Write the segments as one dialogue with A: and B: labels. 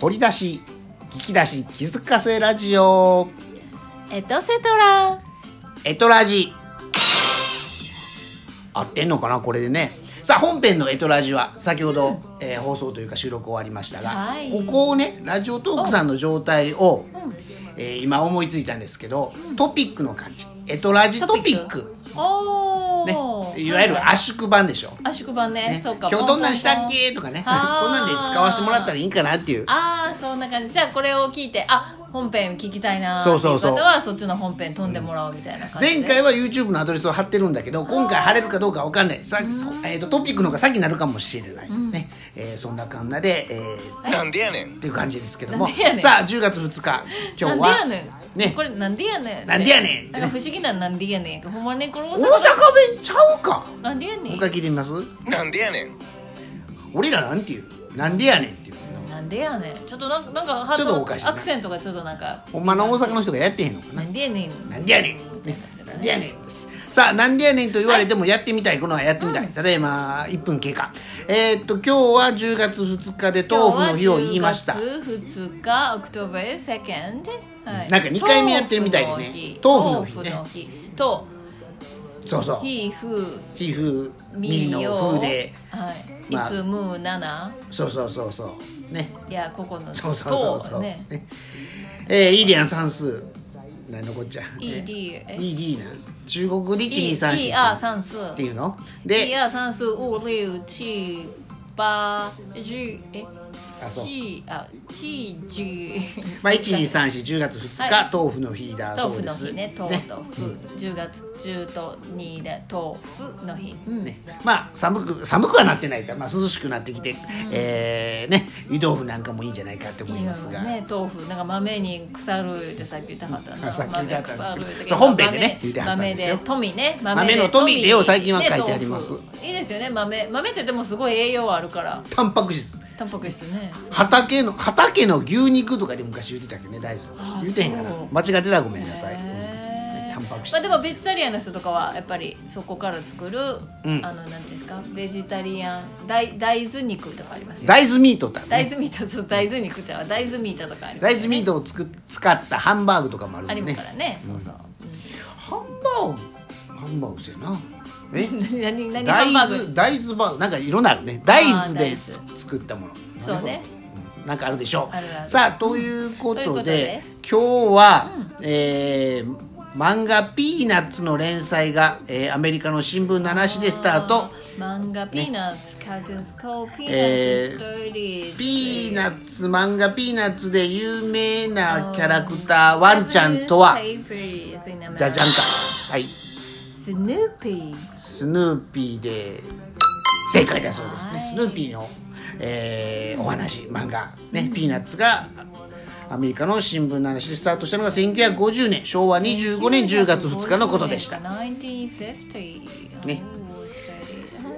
A: 掘り出し聞き出し気づかせラジオ
B: エトセトラ
A: エトラジ合ってんのかなこれでねさあ本編の「エトラジ」は先ほど、えー放送というか収録終わりましたが、
B: はい
A: ここをねラジオトークさんの状態を、
B: うん
A: えー今思いついたんですけど、トピックの感じ「エトラジトピック」
B: お
A: ね
B: ー
A: いわゆる
B: はい
A: 圧縮版でしょ。
B: 圧縮版ね
A: ね、
B: そう
A: 今
B: か
A: 日どんなんしたっ
B: ポンポンポン
A: けとかね
B: あー
A: そんなんで使わせてもらったらいいんかなっていう
B: ああそんな感じじゃあこれを聞いてあ本編聞きたいな
A: そうそうそう
B: っていう方はそっちの本編飛んでもらおうみたいな感じで、
A: 前回は YouTube のアドレスを貼ってるんだけど今回貼れるかどうかわかんないさ、えー、とトピックの方が先になるかもしれない、ねえーそんなこんなで、えー
C: なんでやねん
A: っていう感じですけども
B: なんでやねん
A: さあ10月2日今日
B: な
A: は
B: んでやねん、
A: ね
B: これなんでやねんって
A: なんでやねんってね
B: なんか不思議ななんでやねんってほんまにねこれ大
A: 大阪
B: 阪
A: 弁ちゃうか
B: なんでやね
A: もうん一回聞いてみます
C: なんでやねん
A: 俺らなんていうなんでやねんっていう
B: なんでやねんちょっとなんかなんか発
A: ちょっとおかしいな
B: アクセントがちょっとなんか
A: ほんまの大阪の人がやってへんのかな
B: なんでやねん
A: なんでやねん、ね、なんでやねんですさあなんでやねんと言われてもやってみたいこのはやってみたい、ただいま1分経過えーっと今日は10月2日で豆腐の日を言いました
B: 今日は10月2日 October 2nd はい
A: なんか二回目やってるみたいでね
B: 豆
A: 豆
B: 腐
A: 腐
B: の
A: の
B: 日
A: 日ね
B: 豆腐の日と
A: そうそう
B: ひふ
A: 皮膚
B: み
A: み
B: よ
A: の風で
B: はい、
A: まあ
B: いつむなな
A: そうそうそうそうね
B: いやここの
A: そうそうそうそう、
B: とね
A: ねえー、イーディアン算数何のこっちゃ
B: ED え
A: ED な中国で
B: 一二
A: 1234
B: 二三四
A: っていうの
B: 一
A: で
B: 二三四五六七八十え
A: あそう
B: 七あ七十
A: まあ1234010月2日、
B: はい
A: 豆腐の日だそ
B: 豆腐
A: うで
B: の
A: す
B: 日ね豆腐 十月十と二で豆腐の日うん
A: ねまあ寒く寒くはなってないから、まあ、涼しくなってきて、えーね湯豆腐なんかもいいんじゃないかって思い
B: いや
A: ますが、
B: ね豆腐なんか豆に腐るってさっき言ったかったな
A: あさっき言ったんですけど
B: 豆腐腐る
A: そう本編でね言ってはったん
B: 豆
A: ですよ
B: で富ね
A: 豆の富でよ最近は書いてあります
B: ね豆腐いいですよね豆豆ってでもすごい栄養あるから
A: タンパク質
B: タンパク質ね
A: 畑の畑の牛肉とかで昔言ってたっけどね大豆
B: あ
A: の言ってへんかな
B: そう
A: 間違ってたらごめんなさい、
B: へー
A: タンパク質
B: まあ、でもベジタリアンの人とかはやっぱりそこから作る、
A: うん
B: あのなんていうんですかベジタリアン大大豆肉とかありますよ
A: 大豆ミートだ、ね、
B: 大豆ミートそう大豆肉ちゃうわ大豆ミートとかあります
A: 大豆ミートをつく使ったハンバーグとかもあるも
B: あり
A: ん
B: ます
A: ね
B: からねそうそう、
A: ハンバーグハンバーグせやなえ
B: 何 何ハ
A: 大
B: ンバーグ
A: 豆大豆バーグなんかいろんなあるね大
B: あー
A: 豆
B: 大
A: で
B: 豆
A: つ作ったもの
B: そうね
A: うんなんかあるでしょう
B: あるある
A: さあということで,、
B: ということで
A: 今日は、えー漫画「ピーナッツ」の連載が、えーアメリカの新聞7紙でスタート
B: 漫画ピーナッツ、カートゥーンスコーピーナッ
A: え
B: ツ
A: ー
B: ストーリー
A: ピーナッツ漫画「ピーナッツ」で有名なキャラクターワンちゃんとは
B: じゃ
A: じゃじゃんかはい
B: スヌーピー
A: スヌーピーで正解だそうですね、
B: はい
A: スヌーピーの、えーお話漫画、ねピーナッツがアメリカの新聞の話でスタートしたのが1950年昭和25年10月2日のことでした
B: 1950
A: ね
B: おーストーリー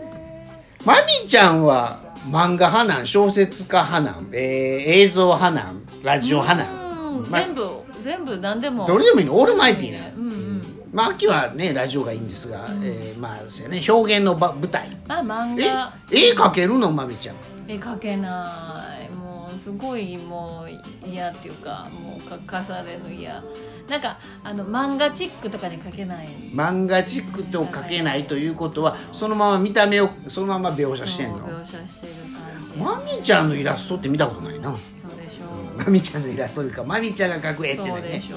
A: マミちゃんは漫画派なん小説家派なん、えー映像派なんラジオ派なん
B: うん
A: まあ
B: 全部全部何でも
A: どれでもいいのオールマイティーな、
B: うんうん
A: まあ秋はねラジオがいいんですが、えーまあですよね表現の場舞台
B: まあ漫
A: え
B: 画
A: 絵描けるのマミちゃん
B: 絵描けないもうすごいもう嫌っていうかもう描かされるの嫌なんかあの漫画チックとかに描けない
A: 漫画チックと書けないということはそのまま見た目をそのまま描写してんの
B: そう描写してる感じ
A: マミちゃんのイラストって見たことないな
B: そうでしょ
A: マミちゃんのイラストというかマミちゃんが描く絵って
B: そうで
A: ね
B: しょ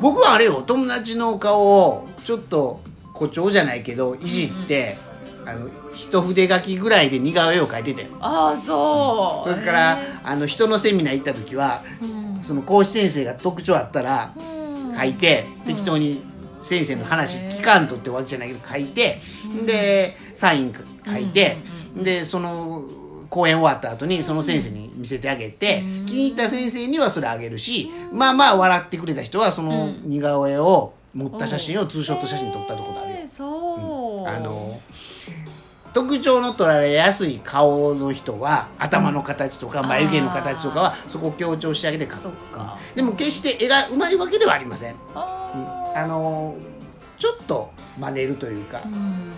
A: 僕はあれよ友達の顔をちょっと誇張じゃないけどいじって、あの一筆書きぐらいで似顔絵を描いてたよ
B: ああそ
A: そうれから、
B: え
A: あの人のセミナー行った時は、
B: うん
A: その講師先生が特徴あったら
B: ーうん
A: 書いて、適当に先生の話期間とってわけじゃないけど書いて、でサイン書いて、でその講演終わった後にその先生に見せてあげて、気に入った先生にはそれあげるし、まあまあ笑ってくれた人はその似顔絵を持った写真をツーショット写真撮ったところあるよ
B: えー、そう、
A: あの特徴の取られやすい顔の人は頭の形とか
B: うん
A: 眉毛の形とかはそこを強調してあげて描く
B: そっか
A: でも決して絵がうまいわけではありません
B: あー
A: あのちょっと真似るというか、
B: うん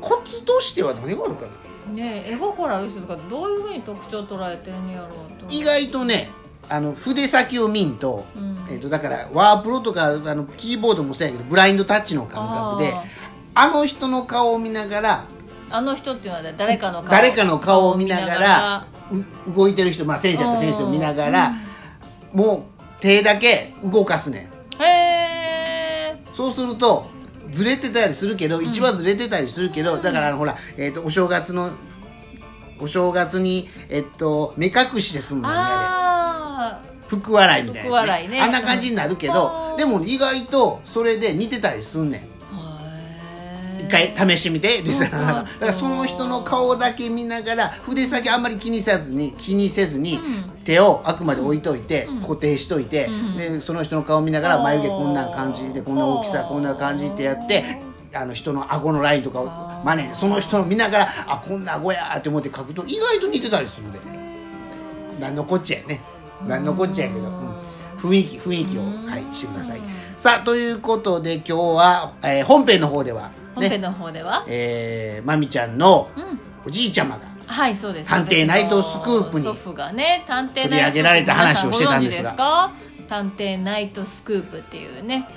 A: コツとしては何があるかな
B: ねえ絵心ある人とかどういうふうに特徴捉えてんねやろうと
A: 意外とねあの筆先を見んと,、
B: うん
A: えっとだからワープロとかあのキーボードもそうやけどブラインドタッチの感覚で
B: あ
A: あの人の顔を見ながら
B: あの人っていうのは誰かの顔
A: 誰かの顔を見なが
B: 見な
A: らう動いてる人、まあ、先生やったら先生を見ながら、もう手だけ動かすねん
B: がらへえ
A: そうするとずれてたりするけど一番ずれてたりするけど、だからあのほら、えっとお正月のお正月に、えっと、目隠しですもんねあ
B: あ
A: れ福笑いみたいなやつ、
B: 福笑いね
A: あんな感じになるけど、
B: うん
A: でも意外とそれで似てたりすんねん
B: あ
A: 一回試してみてリスナーの中
B: うん
A: だからその人の顔だけ見ながら筆先あんまり気にせずに気にせずに、
B: うん
A: 手をあくまで置いといて、
B: うん
A: 固定しといて、
B: うん
A: でその人の顔見ながら
B: おー
A: 眉毛こんな感じでこんな大きさ
B: おー
A: こんな感じってやってあの人の顎のラインとかを真似てその人の見ながらあこんな顎やーって思って描くと意外と似てたりするでなんのこっちゃやねなんのこっちゃやけど、うん雰囲気雰囲気を、
B: うん
A: はい、してくださいさあということで今日は、えー本編の方では
B: 本
A: ね
B: 編の方では、
A: えー、まみちゃんの
B: うん
A: おじいちゃまが、
B: はいそうです
A: 探偵ナイトスクープに
B: 私の祖父がね探偵ナ
A: 取
B: イトスクープ
A: り上げられた話をしてたんですが
B: 皆さご存知ですか探偵ナイトスクープっていうね、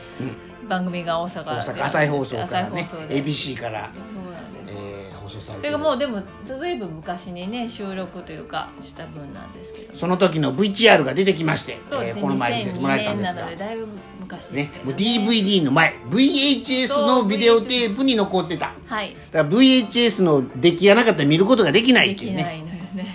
B: 番組が大阪で
A: 大阪朝日放送からね
B: 朝日放送で
A: ABC から、
B: そうなんです
A: えー、放送され
B: そ
A: て
B: れ
A: る
B: がもうでもずいぶん昔にね収録というかした分なんですけど
A: その時の VTR が出てきまして、
B: そう
A: え
B: です
A: ー
B: ね、
A: この前見せてもらえたんです
B: 2002年な
A: が
B: のでだいぶ昔で
A: ね
B: すけど
A: もう
B: ね
A: DVD の前 VHS
B: そ
A: の
B: う
A: ビデオテープに残ってた
B: はい
A: だから VHS の出来がなかったら見ることができない
B: で
A: ってい
B: き
A: う
B: な
A: ね
B: いのよ ね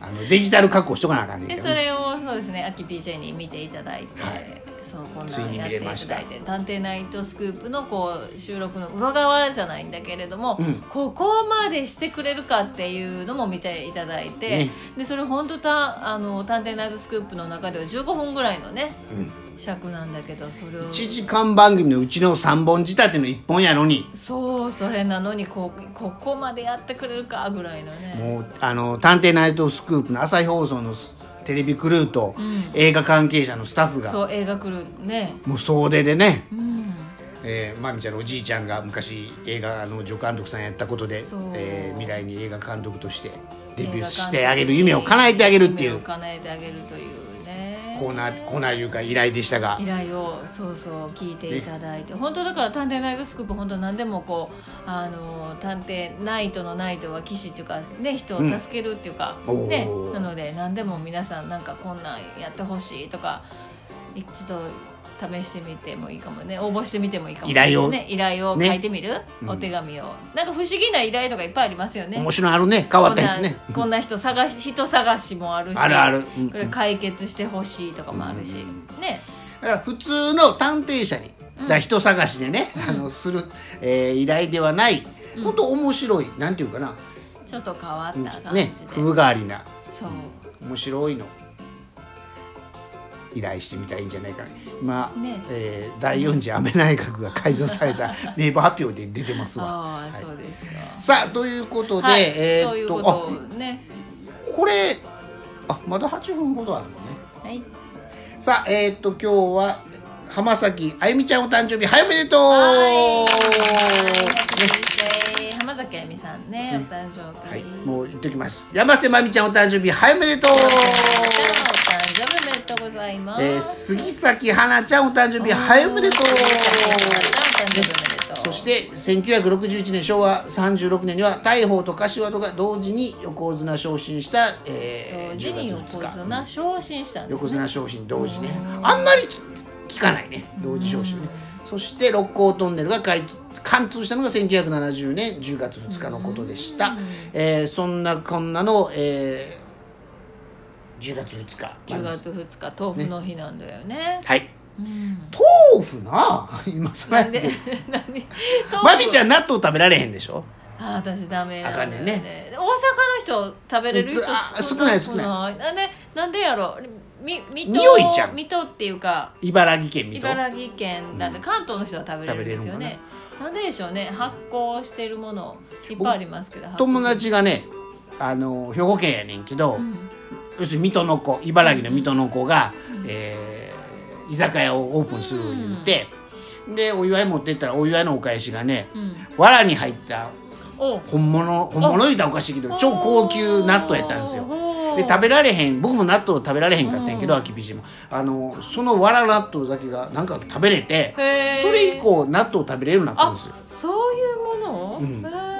A: あのデジタル確保しとかなあかんねんけ
B: で
A: ど
B: そ
A: ね
B: れをそうですね秋 PJ に見ていただいて、
A: はい
B: そうこん
A: つ
B: ないん
A: に
B: や
A: 見
B: って
A: れ
B: いただ
A: ました
B: いて「探偵ナイトスクープ」のこう収録の裏側じゃないんだけれども、
A: うん
B: ここまでしてくれるかっていうのも見ていただいて、
A: ね
B: でそれ本当たあの探偵ナイトスクープの中では15分ぐらいのね
A: うん
B: 尺なんだけどそれを
A: 1時間番組のうちの3本仕立ての1本やのに
B: そうそれなのにこうここまでやってくれるかぐらいのね
A: もうあの探偵ナイトスクープの朝日放送のステレビクルーと、
B: ん
A: 映画関係者のスタッフが
B: そう映画来るね
A: もう総出でね、
B: うん
A: えー、まみちゃんのおじいちゃんが昔映画の助監督さんやったことで
B: そう、
A: えー未来に映画監督としてデビューしてあげる夢を叶えてあげるってい
B: 夢
A: う
B: を叶えてあげるというね
A: コーナーコーナーいうか依頼でしたが
B: 依頼をそうそう聞いていただいて本当だから「探偵ナイトスクープ」本当何でもこうあの探偵ナイトのナイトは騎士っていうか、ね、人を助けるっていうか、
A: うん
B: ね
A: おー、
B: なので何でも皆さんなんかこんなんやってほしいとか一度試してみてもいいかもね応募してみてもいいかも、ね、
A: 依頼を
B: ね、依頼を
A: ね
B: 書いてみる、お手紙をなんか不思議な依頼とかいっぱいありますよね
A: 面白いのあるね変わったやつね
B: こんなこんな人探し人探しもあるし
A: あるあるうん
B: これ解決してほしいとかもあるし、ね
A: だから普通の探偵者に、だから人探しでね、あのする、えー依頼ではない、ほんと面白いなんていうかな、
B: ちょっと変わった感じで、
A: ね風変わりな
B: そう
A: 面白いの依頼してみたらいいんじゃないかな今、
B: ね
A: えー第4次安倍内閣が改造され たネイバー発表で出てますわ。
B: ああ、
A: はい
B: そうですか
A: さあということで、
B: はい、
A: えー
B: そういう
A: っと
B: ことをね
A: あこれあまだ8分ほどあるのね
B: はい
A: さあえーっと今日は浜崎あゆみちゃんお誕生日はいおめでとう
B: はい
A: ね
B: 浜崎あゆみさんねお誕生日、
A: はい、もう言っときます山瀬まみちゃんお誕生日はいおめでとう
B: お誕生日おめでとうございます、
A: えー杉咲花ちゃんお誕生日はいおめでとう
B: お誕生日おめでとう
A: そして1961年昭和36年には大鵬と柏戸が同時に横綱昇進した、えー
B: 同時に
A: 10月
B: 横
A: 2日
B: 綱昇進したんです、ね、
A: 横綱昇進同時ねあんまり聞かないね同時昇進ねそして六甲トンネルが開通貫通したのが1970年10月2日のことでした、えーそんなこんなの、えー10月2日
B: 10月2日豆腐の日なんだよね
A: はい
B: うん
A: 豆腐な 今更
B: な
A: や
B: ん
A: け
B: で
A: ど
B: 何豆腐
A: まみちゃん納豆食べられへんでしょ
B: あ私ダメな
A: あかんねんね
B: 大阪の人食べれる人
A: うんあ
B: 少
A: 少ない
B: いなんでなんでやろみ水戸
A: 匂いちゃう
B: 水戸っていうか
A: 茨城県水戸
B: 茨城県なんで関東の人は食べれるんですよねなんででしょうね発酵してるものいっぱいありますけど
A: 友達がねあの兵庫県やねんけど、
B: 発酵うん
A: 要するに水戸の子茨城の水戸の子が、えー居酒屋をオープンする言って、でお祝い持ってったらお祝いのお返しがね、
B: うん
A: 藁に入った
B: おう
A: 本物本物言うたらおかしいけど超高級納豆やったんですよ
B: おー
A: で食べられへん僕も納豆食べられへんかったんやけど、
B: うん
A: 秋ピーチもあのそのわら納豆だけがなんか食べれて
B: へー
A: それ以降納豆食べれるようになったん
B: あ
A: ですよ
B: そういうもの、
A: うん
B: へー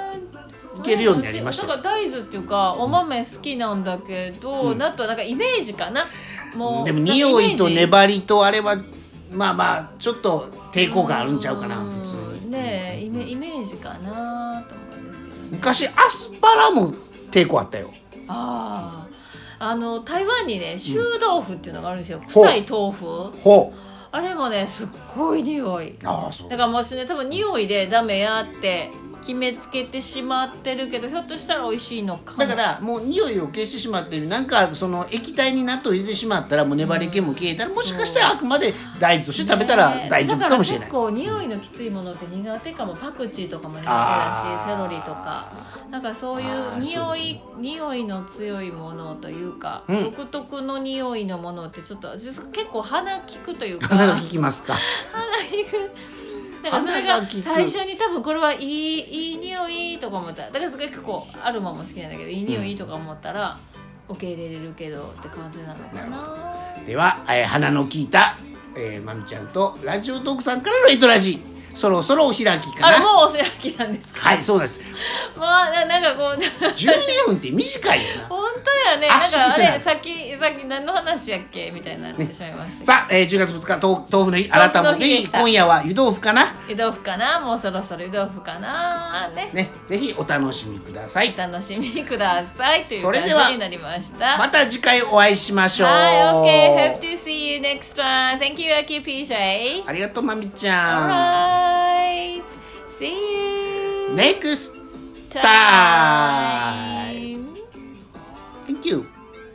A: いけるようになりましたよ
B: なんか大豆っていうかお豆好きなんだけど、
A: うん
B: 納豆はなんかイメージかなもう
A: でも匂いと
B: り
A: 粘りとあれはまあまあちょっと抵抗感あるんちゃうかな普通に
B: ねえイメイメージかなと思うんですけどね
A: 昔アスパラも抵抗あったよ
B: あああの台湾にね臭豆腐っていうのがあるんですよ、
A: ほう
B: 臭い豆腐
A: ほう
B: あれもねすっごい匂い
A: ああそう
B: だからもう私ね多分匂いでダメやって決めつけてしまってるけどひょっとしたら美味しいのかも
A: だからもう匂いを消してしまってるなんかその液体に納豆を入れてしまったらもう粘り気も消えたらもしかしたらあくまで大豆として食べたら大丈夫かもしれない、
B: ねだから結構匂いのきついものって苦手かもパクチーとかも苦手だし
A: あ
B: セ
A: ー
B: ロリとかなんかそうい
A: あー
B: う匂い匂いの強いものというか、
A: うん
B: 独特の匂いのものってちょっと私結構鼻効くというか
A: 鼻が効きますか
B: 鼻にくだからそれ
A: 鼻
B: が
A: が利く
B: 最初に多分これはいいいい匂いとか思ったらだからすごい結構アロマも好きなんだけどいい匂いとか思ったら受け入れれるけどって感じなのかな
A: では、えー鼻の効いた、えー、まみちゃんとラジオトークさんからのエトラジそろそろお開きか
B: あれ
A: な
B: もうお世話きなんですか
A: はいそうです
B: まあななんかこう
A: 12分って短いよな
B: 本当やね
A: 圧
B: なんか
A: 縮し
B: あ
A: てな
B: れ
A: い
B: さっきさっき何の話やっけみたいになってしまいましたけど
A: さあ、えー10月2日豆豆腐の日あなたもぜひ今夜は湯豆腐かな
B: 湯豆腐かなもうそろそろ湯豆腐かなね
A: ねぜひお楽しみください
B: お楽しみくださいという
A: そ
B: 感
A: れでは
B: じになりました
A: また次回お会いしましょう
B: はい OK hope to see you next time thank you Aki PJ
A: ありがとうまみちゃん
B: alright see you
A: next time
B: time
A: thank you